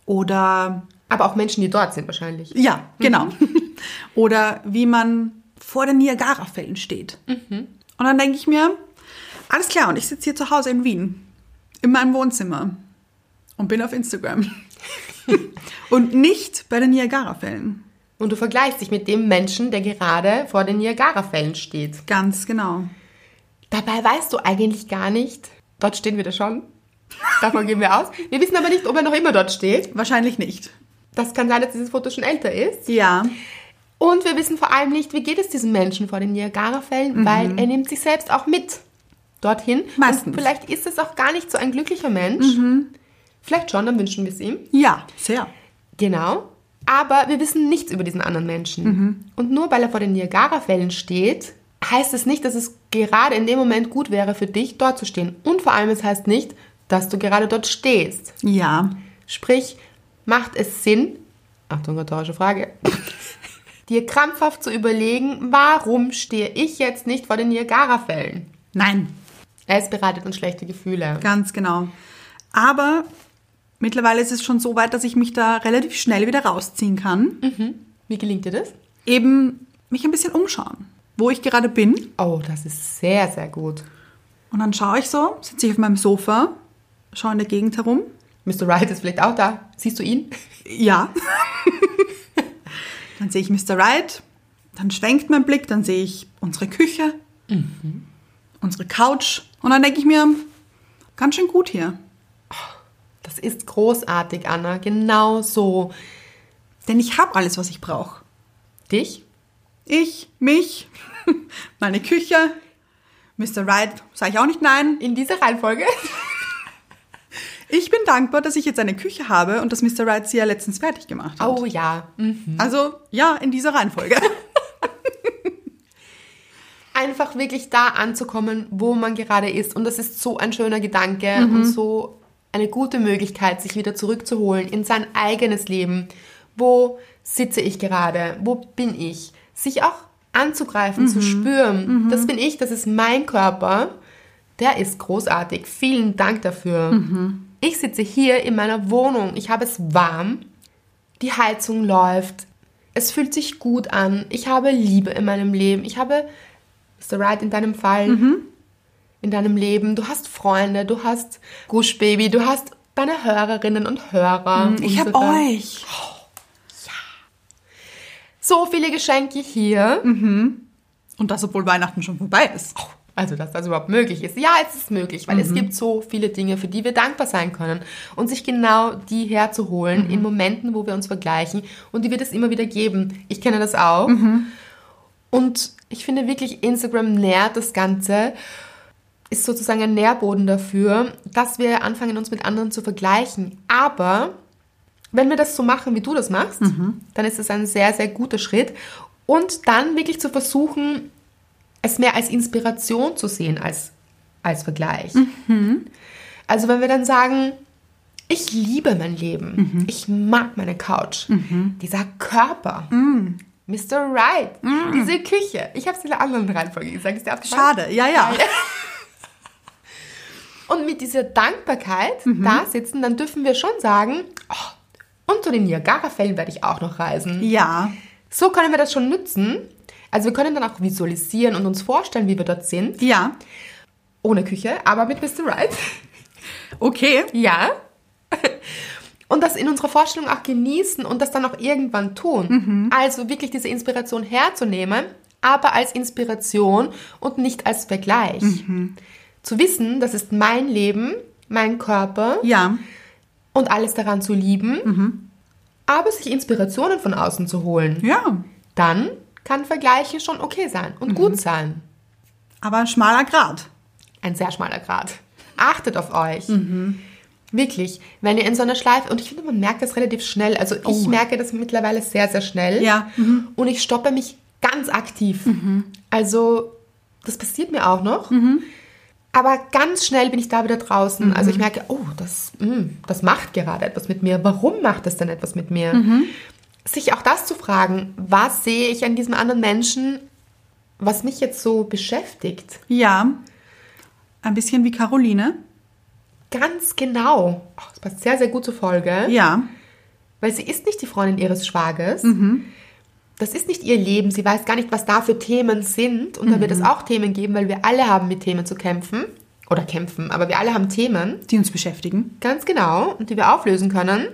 Speaker 2: Oder
Speaker 1: Aber auch Menschen, die dort sind wahrscheinlich.
Speaker 2: ja, genau. (laughs) Oder wie man vor den Niagarafällen steht. Und dann denke ich mir, alles klar, und ich sitze hier zu Hause in Wien, in meinem Wohnzimmer und bin auf Instagram. und nicht bei den Niagarafällen.
Speaker 1: Und du vergleichst dich mit dem Menschen, der gerade vor den Niagara-Fällen steht.
Speaker 2: Ganz genau.
Speaker 1: Dabei weißt du eigentlich gar nicht, dort stehen wir da schon. Davon gehen wir aus. Wir wissen aber nicht, ob er noch immer dort steht.
Speaker 2: Wahrscheinlich nicht.
Speaker 1: Das kann sein, dass dieses Foto schon älter ist.
Speaker 2: Ja.
Speaker 1: Und wir wissen vor allem nicht, wie geht es diesem Menschen vor den Niagara-Fällen, weil er nimmt sich selbst auch mit dorthin.
Speaker 2: Meistens.
Speaker 1: Und vielleicht ist es auch gar nicht so ein glücklicher Mensch. Vielleicht schon, dann wünschen wir es ihm.
Speaker 2: Ja, sehr.
Speaker 1: Genau. Aber wir wissen nichts über diesen anderen Menschen. Und nur weil er vor den Niagara-Fällen steht, heißt es nicht, dass es gerade in dem Moment gut wäre für dich, dort zu stehen. Und vor allem, es heißt nicht, dass du gerade dort stehst.
Speaker 2: Ja.
Speaker 1: Sprich, macht es Sinn, Achtung, rhetorische Frage, (laughs) dir krampfhaft zu überlegen, warum stehe ich jetzt nicht vor den Niagara-Fällen?
Speaker 2: Nein,
Speaker 1: Es bereitet uns schlechte Gefühle.
Speaker 2: ganz genau. Aber mittlerweile ist es schon so weit, dass ich mich da relativ schnell wieder rausziehen kann.
Speaker 1: Wie gelingt dir das?
Speaker 2: Eben mich ein bisschen umschauen, wo ich gerade bin.
Speaker 1: Oh, das ist sehr, sehr gut.
Speaker 2: Und dann schaue ich so, sitze ich auf meinem Sofa, schaue in der Gegend herum.
Speaker 1: Mr. Wright ist vielleicht auch da. Siehst du ihn?
Speaker 2: Ja. (laughs) dann sehe ich Mr. Right, dann schwenkt mein Blick, dann sehe ich unsere Küche, unsere Couch. Und dann denke ich mir, ganz schön gut hier.
Speaker 1: Das ist großartig, Anna. Genau so.
Speaker 2: Denn ich habe alles, was ich brauche.
Speaker 1: Dich?
Speaker 2: (laughs) Ich, mich, meine Küche, Mr. Right sage ich auch nicht nein.
Speaker 1: In dieser Reihenfolge?
Speaker 2: Ich bin dankbar, dass ich jetzt eine Küche habe und dass Mr. Right sie ja letztens fertig gemacht hat.
Speaker 1: Oh ja. Mhm.
Speaker 2: Also ja, in dieser Reihenfolge.
Speaker 1: Einfach wirklich da anzukommen, wo man gerade ist. Und das ist so ein schöner Gedanke und so eine gute Möglichkeit, sich wieder zurückzuholen in sein eigenes Leben. Wo sitze ich gerade? Wo bin ich? Sich auch anzugreifen, zu spüren. Das bin ich, das ist mein Körper. Der ist großartig. Vielen Dank dafür.
Speaker 2: Mhm.
Speaker 1: Ich sitze hier in meiner Wohnung. Ich habe es warm. Die Heizung läuft. Es fühlt sich gut an. Ich habe Liebe in meinem Leben. Ich habe, Mr. Right, in deinem Fall,
Speaker 2: Mhm.
Speaker 1: in deinem Leben. Du hast Freunde, du hast Gush Baby, du hast deine Hörerinnen und Hörer.
Speaker 2: Mhm. Ich habe
Speaker 1: unsere-
Speaker 2: euch.
Speaker 1: So viele Geschenke hier.
Speaker 2: Und das, obwohl Weihnachten schon vorbei ist.
Speaker 1: Also, dass das überhaupt möglich ist. Ja, es ist möglich, weil es gibt so viele Dinge, für die wir dankbar sein können. Und sich genau die herzuholen in Momenten, wo wir uns vergleichen. Und die wird es immer wieder geben. Ich kenne das auch. Und ich finde wirklich, Instagram nährt das Ganze. Ist sozusagen ein Nährboden dafür, dass wir anfangen, uns mit anderen zu vergleichen. Aber wenn wir das so machen, wie du das machst, dann ist es ein sehr, sehr guter Schritt. Und dann wirklich zu versuchen, es mehr als Inspiration zu sehen als, als Vergleich. Also wenn wir dann sagen, ich liebe mein Leben, ich mag meine Couch, dieser Körper, Mr. Right, diese Küche. Ich habe es in der anderen Reihenfolge gesagt, ist dir aufgefallen?
Speaker 2: Schade, ja, ja.
Speaker 1: Und mit dieser Dankbarkeit da sitzen, dann dürfen wir schon sagen, oh, und zu den Niagara-Fällen werde ich auch noch reisen.
Speaker 2: Ja.
Speaker 1: So können wir das schon nutzen. Also wir können dann auch visualisieren und uns vorstellen, wie wir dort sind.
Speaker 2: Ja.
Speaker 1: Ohne Küche, aber mit Mr. Right.
Speaker 2: Okay.
Speaker 1: Ja. (laughs) Und das in unserer Vorstellung auch genießen und das dann auch irgendwann tun. Also wirklich diese Inspiration herzunehmen, aber als Inspiration und nicht als Vergleich. Zu wissen, das ist mein Leben, mein Körper
Speaker 2: Ja.
Speaker 1: und alles daran zu lieben, aber sich Inspirationen von außen zu holen.
Speaker 2: Ja.
Speaker 1: Dann kann Vergleichen schon okay sein und gut sein.
Speaker 2: Aber ein schmaler Grat.
Speaker 1: ein sehr schmaler Grad. Achtet auf euch. Wirklich, wenn ihr in so einer Schleife, und ich finde, man merkt das relativ schnell. Also ich merke das mittlerweile sehr, sehr schnell.
Speaker 2: Ja.
Speaker 1: Und ich stoppe mich ganz aktiv. Also das passiert mir auch noch. Aber ganz schnell bin ich da wieder draußen. Also ich merke, oh, das, mh, das macht gerade etwas mit mir. Warum macht das denn etwas mit mir? Sich auch das zu fragen, was sehe ich an diesem anderen Menschen, was mich jetzt so beschäftigt?
Speaker 2: Ja. Ein bisschen wie Caroline.
Speaker 1: Ganz genau. Oh, das passt sehr, sehr gut zur Folge.
Speaker 2: Ja.
Speaker 1: Weil sie ist nicht die Freundin ihres Schwagers. Das ist nicht ihr Leben. Sie weiß gar nicht, was da für Themen sind. Und da wird es auch Themen geben, weil wir alle haben mit Themen zu kämpfen. Oder kämpfen, aber wir alle haben Themen.
Speaker 2: Die uns beschäftigen.
Speaker 1: Ganz genau. Und die wir auflösen können.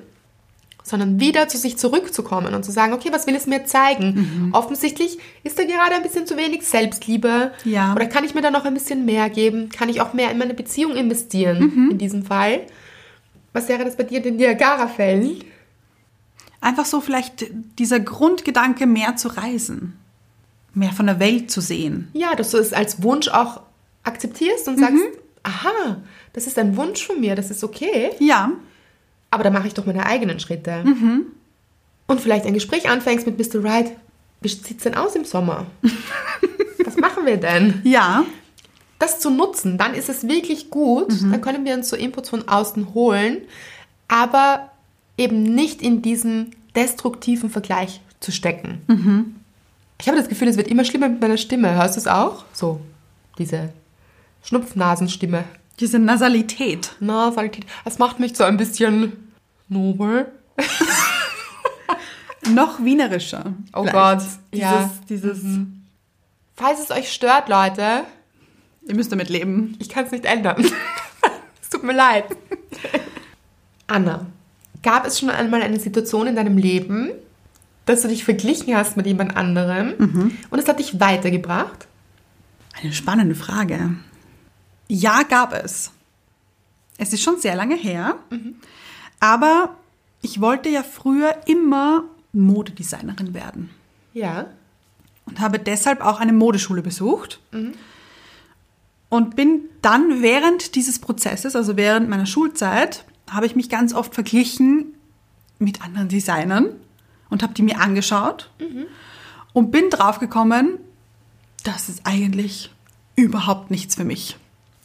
Speaker 1: Sondern wieder zu sich zurückzukommen und zu sagen, okay, was will es mir zeigen?
Speaker 2: Mhm.
Speaker 1: Offensichtlich ist da gerade ein bisschen zu wenig Selbstliebe.
Speaker 2: Ja.
Speaker 1: Oder kann ich mir da noch ein bisschen mehr geben? Kann ich auch mehr in meine Beziehung investieren?
Speaker 2: Mhm.
Speaker 1: In diesem Fall. Was wäre das bei dir in den Niagara-Fällen?
Speaker 2: Einfach so vielleicht dieser Grundgedanke, mehr zu reisen. Mehr von der Welt zu sehen.
Speaker 1: Ja, dass du es als Wunsch auch akzeptierst und sagst, aha, das ist ein Wunsch von mir, das ist okay,
Speaker 2: Mhm. Ja.
Speaker 1: aber da mache ich doch meine eigenen Schritte. Und vielleicht ein Gespräch anfängst mit Mr. Wright, wie sieht's denn aus im Sommer? Was machen wir denn?
Speaker 2: Ja.
Speaker 1: Das zu nutzen, dann ist es wirklich gut, dann können wir uns so Inputs von außen holen, aber eben nicht in diesen destruktiven Vergleich zu stecken. Ich habe das Gefühl, es wird immer schlimmer mit meiner Stimme. Hörst du es auch? So, diese Schnupfnasenstimme.
Speaker 2: Diese Nasalität.
Speaker 1: Na, sagt die, das macht mich so ein bisschen nobel.
Speaker 2: Noch wienerischer.
Speaker 1: Oh
Speaker 2: vielleicht.
Speaker 1: Gott,
Speaker 2: Dieses,
Speaker 1: ja. Mhm.
Speaker 2: dieses,
Speaker 1: Falls es euch stört, Leute,
Speaker 2: ihr müsst damit leben.
Speaker 1: ich kann es nicht ändern. (laughs) es tut mir leid. Anna, gab es schon einmal eine Situation in deinem Leben, dass du dich verglichen hast mit jemand anderem und es hat dich weitergebracht?
Speaker 2: Eine spannende Frage. Ja, gab es. Es ist schon sehr lange her,
Speaker 1: Mhm.
Speaker 2: aber ich wollte ja früher immer Modedesignerin werden
Speaker 1: Ja.
Speaker 2: und habe deshalb auch eine Modeschule besucht. Und bin dann während dieses Prozesses, also während meiner Schulzeit, habe ich mich ganz oft verglichen mit anderen Designern und habe die mir angeschaut und bin draufgekommen, das ist eigentlich überhaupt nichts für mich.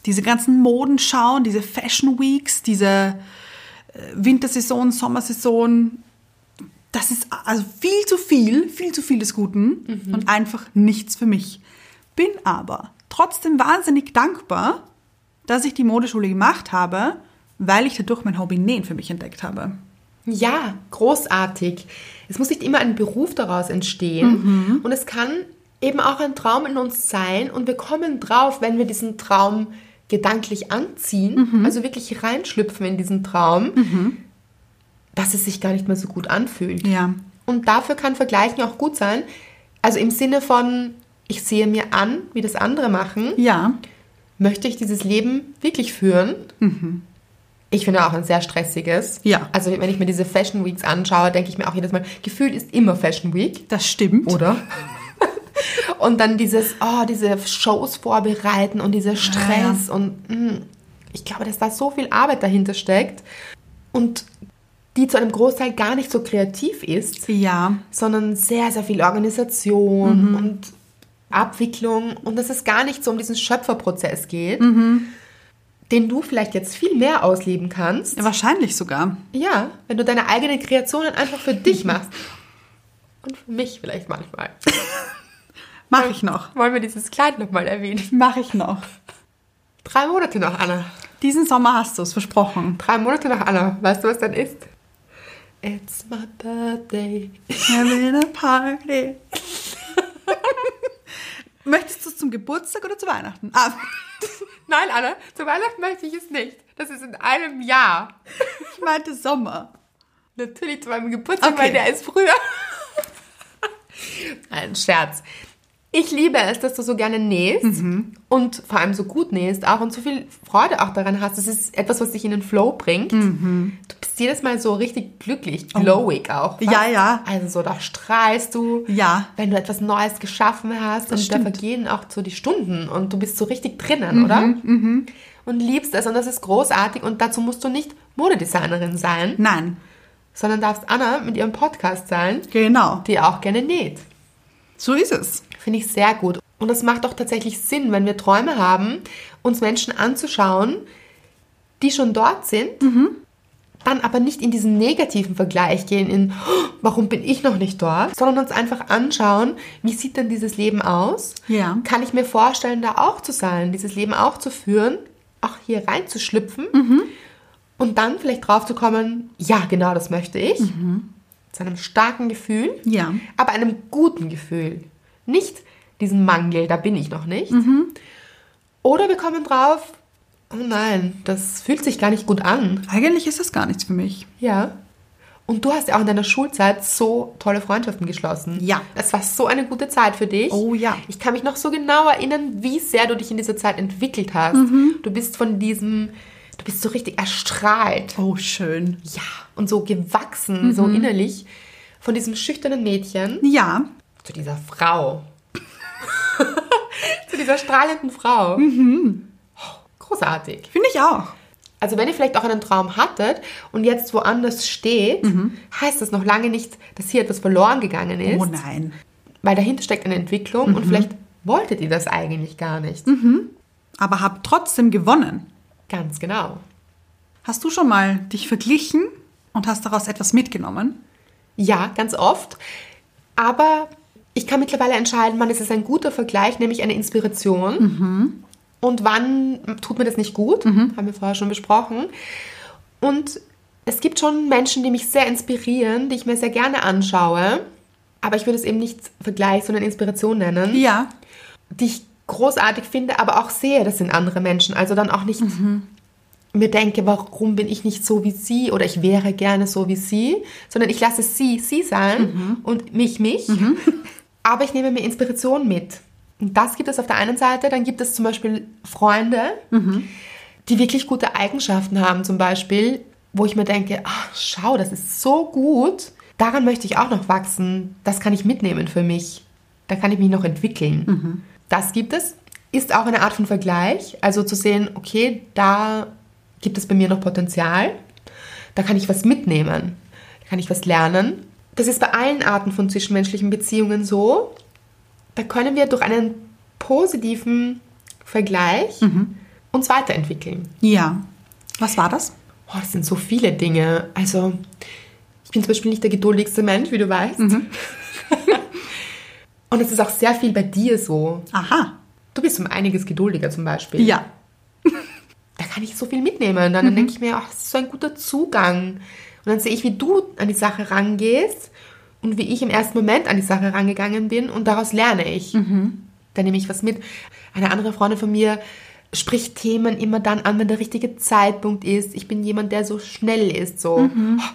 Speaker 2: Diese ganzen Modenschauen, diese Fashion Weeks, diese äh, Wintersaison, Sommersaison, das ist also viel zu viel, viel zu viel des Guten und einfach nichts für mich. Bin aber trotzdem wahnsinnig dankbar, dass ich die Modeschule gemacht habe, weil ich dadurch mein Hobby Nähen für mich entdeckt habe.
Speaker 1: Ja, großartig. Es muss nicht immer ein Beruf daraus entstehen. Und es kann eben auch ein Traum in uns sein. Und wir kommen drauf, wenn wir diesen Traum gedanklich anziehen, also wirklich reinschlüpfen in diesen Traum, dass es sich gar nicht mehr so gut anfühlt.
Speaker 2: Ja.
Speaker 1: Und dafür kann Vergleichen auch gut sein. Also im Sinne von, ich sehe mir an, wie das andere machen.
Speaker 2: Ja,
Speaker 1: Möchte ich dieses Leben wirklich führen? Ich finde auch ein sehr stressiges.
Speaker 2: Ja.
Speaker 1: Also wenn ich mir diese Fashion Weeks anschaue, denke ich mir auch jedes Mal, gefühlt ist immer Fashion Week,
Speaker 2: das stimmt.
Speaker 1: oder? und dann dieses, oh, diese Shows vorbereiten und dieser Stress und mm, ich glaube, dass da so viel Arbeit dahinter steckt und die zu einem Großteil gar nicht so kreativ ist
Speaker 2: Ja,
Speaker 1: sondern sehr, sehr viel Organisation und Abwicklung und dass es gar nicht so um diesen Schöpferprozess geht, den du vielleicht jetzt viel mehr ausleben kannst.
Speaker 2: wahrscheinlich sogar.
Speaker 1: Ja, wenn du deine eigenen Kreationen einfach für dich machst. Und für mich vielleicht manchmal.
Speaker 2: Mache ich noch.
Speaker 1: Wollen wir dieses Kleid nochmal erwähnen?
Speaker 2: Mache ich noch.
Speaker 1: Drei Monate noch, Anna.
Speaker 2: Diesen Sommer hast du es, versprochen.
Speaker 1: Drei Monate noch, Anna. Weißt du, was dann ist? It's my birthday. (laughs)
Speaker 2: Having a party. (laughs) Möchtest du es zum Geburtstag oder zu Weihnachten? Ah, (laughs)
Speaker 1: Nein, Anna, zu Weihnachten möchte ich es nicht. Das ist in einem Jahr.
Speaker 2: ich meinte Sommer.
Speaker 1: Natürlich zu meinem Geburtstag,
Speaker 2: Okay.
Speaker 1: weil der ist früher. (laughs) Ein Scherz. Ich liebe es, dass du so gerne nähst und vor allem so gut nähst auch und so viel Freude auch daran hast. Es ist etwas, was dich in den Flow bringt. Du bist jedes Mal so richtig glücklich, glowig auch.
Speaker 2: Ja, ja.
Speaker 1: Also so, da strahlst du.
Speaker 2: Ja.
Speaker 1: Wenn du etwas Neues geschaffen hast und
Speaker 2: stimmt.
Speaker 1: da vergehen auch so die Stunden und du bist so richtig drinnen, oder? mhm. Und liebst es und das ist großartig und dazu musst du nicht Modedesignerin sein
Speaker 2: Nein,
Speaker 1: sondern darfst Anna mit ihrem Podcast sein,
Speaker 2: genau.
Speaker 1: die auch gerne näht.
Speaker 2: So ist es.
Speaker 1: Finde ich sehr gut. Und das macht auch tatsächlich Sinn, wenn wir Träume haben, uns Menschen anzuschauen, die schon dort sind, dann aber nicht in diesen negativen Vergleich gehen, in "Oh, warum bin ich noch nicht dort, sondern uns einfach anschauen, wie sieht denn dieses Leben aus?
Speaker 2: Ja.
Speaker 1: Kann ich mir vorstellen, da auch zu sein, dieses Leben auch zu führen, auch hier reinzuschlüpfen und dann vielleicht drauf zu kommen, ja, genau das möchte ich. Zu einem starken Gefühl,
Speaker 2: Mhm. Ja.
Speaker 1: aber einem guten Gefühl. Nicht diesen Mangel, da bin ich noch nicht.
Speaker 2: Mhm.
Speaker 1: Oder wir kommen drauf, oh nein, das fühlt sich gar nicht gut an.
Speaker 2: Eigentlich ist das gar nichts für mich.
Speaker 1: Ja. Und du hast ja auch in deiner Schulzeit so tolle Freundschaften geschlossen.
Speaker 2: Ja.
Speaker 1: Das war so eine gute Zeit für dich.
Speaker 2: Oh ja.
Speaker 1: Ich kann mich noch so genau erinnern, wie sehr du dich in dieser Zeit entwickelt hast.
Speaker 2: Mhm.
Speaker 1: Du bist von diesem, du bist so richtig erstrahlt.
Speaker 2: Oh, schön.
Speaker 1: Ja. Und so gewachsen,
Speaker 2: Mhm.
Speaker 1: so innerlich. Von diesem schüchternen Mädchen
Speaker 2: Ja,
Speaker 1: zu dieser Frau. (laughs) zu dieser strahlenden Frau.
Speaker 2: Mhm.
Speaker 1: Oh, Großartig.
Speaker 2: finde ich auch.
Speaker 1: Also wenn ihr vielleicht auch einen Traum hattet und jetzt woanders steht, heißt das noch lange nicht, dass hier etwas verloren gegangen ist,
Speaker 2: Mhm. Oh nein. Mhm.
Speaker 1: weil dahinter steckt eine Entwicklung und vielleicht wolltet ihr das eigentlich gar nicht.
Speaker 2: Aber hab trotzdem gewonnen.
Speaker 1: Ganz genau.
Speaker 2: Hast du schon mal dich verglichen und hast daraus etwas mitgenommen?
Speaker 1: Ja, ganz oft. Aber ich kann mittlerweile entscheiden, wann ist es ein guter Vergleich, nämlich eine Inspiration. Und wann tut mir das nicht gut? Haben wir vorher schon besprochen. Und es gibt schon Menschen, die mich sehr inspirieren, die ich mir sehr gerne anschaue. Aber ich würde es eben nicht Vergleich, sondern Inspiration nennen
Speaker 2: Ja.
Speaker 1: die ich großartig finde, aber auch sehe, das sind andere Menschen. Also dann auch nicht mir denke, warum bin ich nicht so wie sie oder ich wäre gerne so wie sie, sondern ich lasse sie sie sein und mich mich. (laughs) Aber ich nehme mir Inspiration mit. Und das gibt es auf der einen Seite. Dann gibt es zum Beispiel Freunde, die wirklich gute Eigenschaften haben, zum Beispiel, wo ich mir denke, ach, schau, das ist so gut. Daran möchte ich auch noch wachsen. Das kann ich mitnehmen für mich. Da kann ich mich noch entwickeln. Das gibt es. Ist auch eine Art von Vergleich, also zu sehen, okay, da gibt es bei mir noch Potenzial, da kann ich was mitnehmen, da kann ich was lernen. Das ist bei allen Arten von zwischenmenschlichen Beziehungen so. Da können wir durch einen positiven Vergleich uns weiterentwickeln.
Speaker 2: Ja. Was war das?
Speaker 1: Boah, das sind so viele Dinge. Also, ich bin zum Beispiel nicht der geduldigste Mensch, wie du weißt. (laughs) Und es ist auch sehr viel bei dir so.
Speaker 2: Aha.
Speaker 1: Du bist um einiges geduldiger zum Beispiel.
Speaker 2: Ja.
Speaker 1: Da kann ich so viel mitnehmen. Und dann denke ich mir, ach, das ist so ein guter Zugang. Und dann sehe ich, wie du an die Sache rangehst und wie ich im ersten Moment an die Sache rangegangen bin. Und daraus lerne ich. Da nehme ich was mit. Eine andere Freundin von mir spricht Themen immer dann an, wenn der richtige Zeitpunkt ist. Ich bin jemand, der so schnell ist, so "Oh,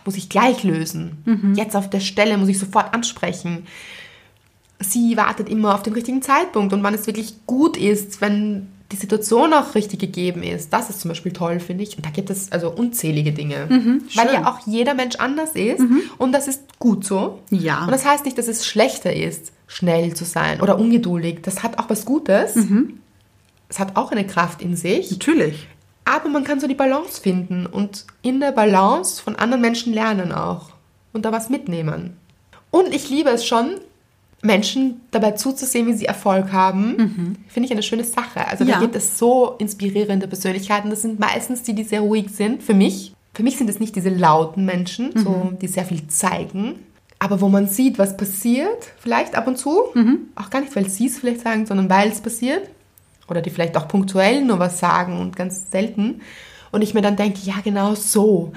Speaker 1: muss ich gleich lösen. Jetzt auf der Stelle muss ich sofort ansprechen. Sie wartet immer auf den richtigen Zeitpunkt und wann es wirklich gut ist, wenn die Situation auch richtig gegeben ist. Das ist zum Beispiel toll, finde ich. Und da gibt es also unzählige Dinge. weil
Speaker 2: Mhm, schön. Mhm.
Speaker 1: ja auch jeder Mensch anders ist und das ist gut so.
Speaker 2: Ja.
Speaker 1: Und das heißt nicht, dass es schlechter ist, schnell zu sein oder ungeduldig. Das hat auch was Gutes.
Speaker 2: Mhm.
Speaker 1: Es hat auch eine Kraft in sich.
Speaker 2: Natürlich.
Speaker 1: Aber man kann so die Balance finden und in der Balance von anderen Menschen lernen auch und da was mitnehmen. Und ich liebe es schon, Menschen dabei zuzusehen, wie sie Erfolg haben. Finde ich eine schöne Sache. Also
Speaker 2: Ja.
Speaker 1: da gibt es so inspirierende Persönlichkeiten. Das sind meistens die, die sehr ruhig sind. Für mich. Für mich sind es nicht diese lauten Menschen, so, die sehr viel zeigen. Aber wo man sieht, was passiert, vielleicht ab und zu. Auch gar nicht, weil sie es vielleicht sagen, sondern weil es passiert oder die vielleicht auch punktuell nur was sagen und ganz selten. Und ich mir dann denke, ja, genau so.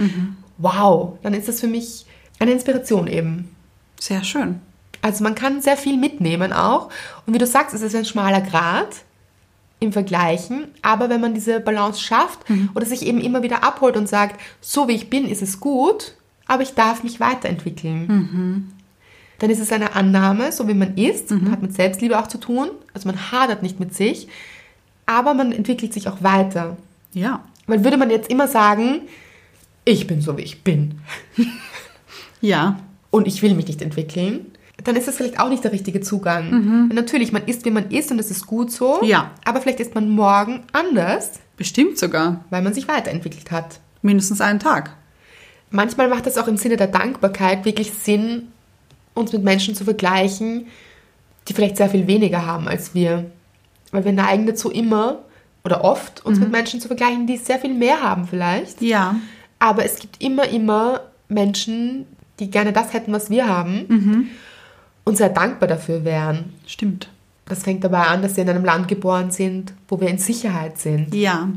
Speaker 1: Wow, dann ist das für mich eine Inspiration eben.
Speaker 2: Sehr schön.
Speaker 1: Also man kann sehr viel mitnehmen auch. Und wie du sagst, es ist ein schmaler Grat im Vergleichen. Aber wenn man diese Balance schafft oder sich eben immer wieder abholt und sagt, so wie ich bin, ist es gut, aber ich darf mich weiterentwickeln. Dann ist es eine Annahme, so wie man ist, hat mit Selbstliebe auch zu tun. Also man hadert nicht mit sich, aber man entwickelt sich auch weiter.
Speaker 2: Ja.
Speaker 1: Weil würde man jetzt immer sagen, ich bin so wie ich bin,
Speaker 2: Ja.
Speaker 1: und ich will mich nicht entwickeln, dann ist das vielleicht auch nicht der richtige Zugang. Natürlich, man ist, wie man ist und das ist gut so.
Speaker 2: Ja.
Speaker 1: Aber vielleicht ist man morgen anders,
Speaker 2: Bestimmt sogar.
Speaker 1: weil man sich weiterentwickelt hat.
Speaker 2: Mindestens einen Tag.
Speaker 1: Manchmal macht es auch im Sinne der Dankbarkeit wirklich Sinn, uns mit Menschen zu vergleichen, die vielleicht sehr viel weniger haben als wir. Weil wir neigen dazu immer oder oft, uns mit Menschen zu vergleichen, die sehr viel mehr haben vielleicht.
Speaker 2: Ja.
Speaker 1: Aber es gibt immer, immer Menschen, die gerne das hätten, was wir haben und sehr dankbar dafür wären.
Speaker 2: Stimmt.
Speaker 1: Das fängt dabei an, dass wir in einem Land geboren sind, wo wir in Sicherheit sind,
Speaker 2: Ja.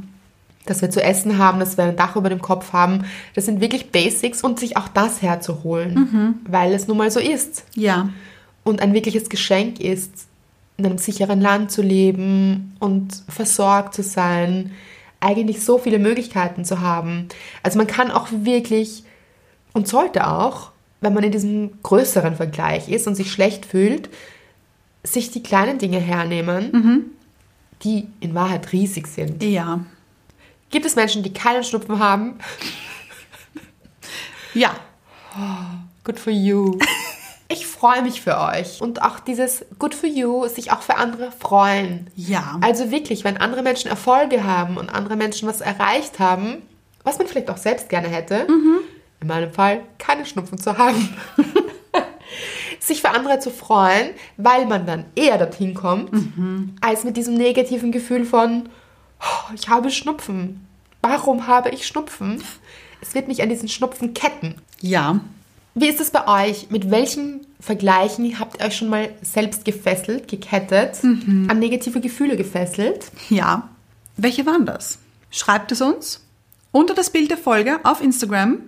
Speaker 1: dass wir zu essen haben, dass wir ein Dach über dem Kopf haben. Das sind wirklich Basics und sich auch das herzuholen, weil es nun mal so ist
Speaker 2: Ja.
Speaker 1: und ein wirkliches Geschenk ist, in einem sicheren Land zu leben und versorgt zu sein, eigentlich so viele Möglichkeiten zu haben. Also man kann auch wirklich und sollte auch, wenn man in diesem größeren Vergleich ist und sich schlecht fühlt, sich die kleinen Dinge hernehmen, die in Wahrheit riesig sind.
Speaker 2: Ja.
Speaker 1: Gibt es Menschen, die keinen Schnupfen haben?
Speaker 2: Ja.
Speaker 1: Good for you. Ich freue mich für euch. Und auch dieses Good for you, sich auch für andere freuen.
Speaker 2: Ja.
Speaker 1: Also wirklich, wenn andere Menschen Erfolge haben und andere Menschen was erreicht haben, was man vielleicht auch selbst gerne hätte, in meinem Fall keine Schnupfen zu haben, sich für andere zu freuen, weil man dann eher dorthin kommt, als mit diesem negativen Gefühl von, "Oh, ich habe Schnupfen. Warum habe ich Schnupfen? Es wird mich an diesen Schnupfen ketten.
Speaker 2: Ja.
Speaker 1: Wie ist es bei euch? Mit welchen Vergleichen habt ihr euch schon mal selbst gefesselt, gekettet, an negative Gefühle gefesselt?
Speaker 2: Ja. Welche waren das? Schreibt es uns unter das Bild der Folge auf Instagram.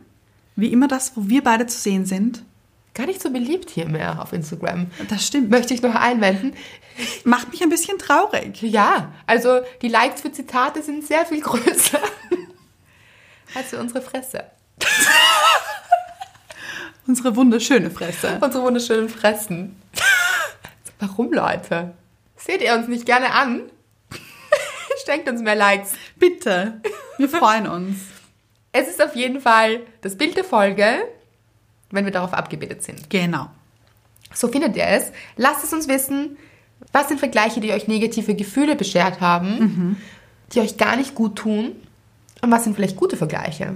Speaker 2: Wie immer das, wo wir beide zu sehen sind.
Speaker 1: Gar nicht so beliebt hier mehr auf Instagram.
Speaker 2: Das stimmt.
Speaker 1: Möchte ich noch einwenden?
Speaker 2: Macht mich ein bisschen traurig.
Speaker 1: Ja, also die Likes für Zitate sind sehr viel größer (laughs) als für unsere Fresse.
Speaker 2: Unsere wunderschöne Fresse.
Speaker 1: Unsere wunderschönen Fressen. (laughs) Warum, Leute? Seht ihr uns nicht gerne an? (laughs) Schenkt uns mehr Likes.
Speaker 2: Bitte. Wir freuen uns.
Speaker 1: Es ist auf jeden Fall das Bild der Folge, wenn wir darauf abgebildet sind.
Speaker 2: Genau.
Speaker 1: So findet ihr es. Lasst es uns wissen, Was sind Vergleiche, die euch negative Gefühle beschert haben, die euch gar nicht gut tun? Und was sind vielleicht gute Vergleiche?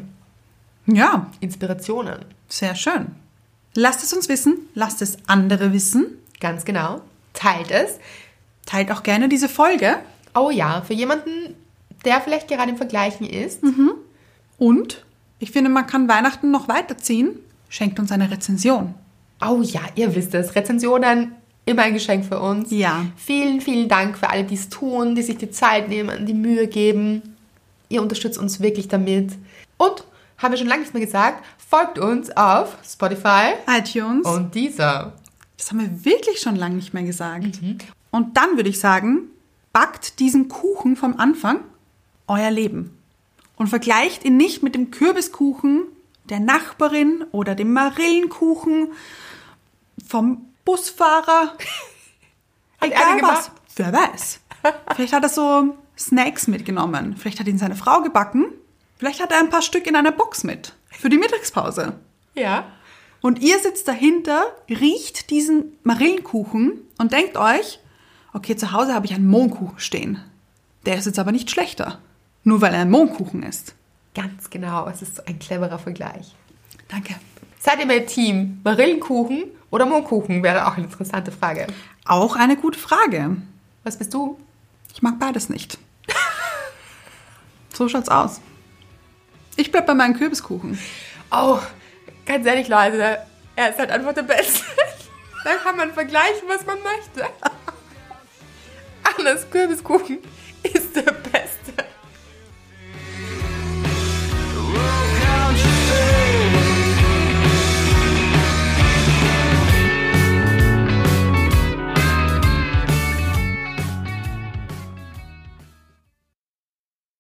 Speaker 2: Ja,
Speaker 1: Inspirationen.
Speaker 2: sehr schön. Lasst es uns wissen, lasst es andere wissen.
Speaker 1: Ganz genau. Teilt es.
Speaker 2: Teilt auch gerne diese Folge.
Speaker 1: Oh ja, für jemanden, der vielleicht gerade im Vergleichen ist,
Speaker 2: Und ich finde, man kann Weihnachten noch weiterziehen. Schenkt uns eine Rezension.
Speaker 1: Oh ja, ihr wisst es. Rezensionen, immer ein Geschenk für uns.
Speaker 2: Ja.
Speaker 1: Vielen, vielen Dank für alle, die es tun, die sich die Zeit nehmen, die Mühe geben. Ihr unterstützt uns wirklich damit. Und, haben wir schon lange nicht mehr gesagt, folgt uns auf Spotify
Speaker 2: iTunes.
Speaker 1: und dieser.
Speaker 2: Das haben wir wirklich schon lange nicht mehr gesagt. Und dann würde ich sagen, backt diesen Kuchen vom Anfang euer Leben. Und vergleicht ihn nicht mit dem Kürbiskuchen der Nachbarin oder dem Marillenkuchen vom Busfahrer. Egal
Speaker 1: einer
Speaker 2: was.
Speaker 1: gemacht?
Speaker 2: Wer weiß. Vielleicht hat er so Snacks mitgenommen. Vielleicht hat ihn seine Frau gebacken. Vielleicht hat er ein paar Stück in einer Box mit. Für die Mittagspause.
Speaker 1: Ja.
Speaker 2: Und ihr sitzt dahinter, riecht diesen Marillenkuchen und denkt euch, okay, zu Hause habe ich einen Mohnkuchen stehen. Der ist jetzt aber nicht schlechter, nur weil er ein Mohnkuchen ist.
Speaker 1: Ganz genau. Es ist so ein cleverer Vergleich.
Speaker 2: Danke.
Speaker 1: Seid ihr mehr Team Marillenkuchen oder Mohnkuchen? Wäre auch eine interessante Frage.
Speaker 2: Auch eine gute Frage.
Speaker 1: Was bist du?
Speaker 2: Ich mag beides nicht. so schaut's aus. Ich bleib bei meinem Kürbiskuchen.
Speaker 1: Oh, ganz ehrlich, Leute, er ist halt einfach der Beste. (laughs) da kann (laughs) man vergleichen, was man möchte. Anders Kürbiskuchen ist der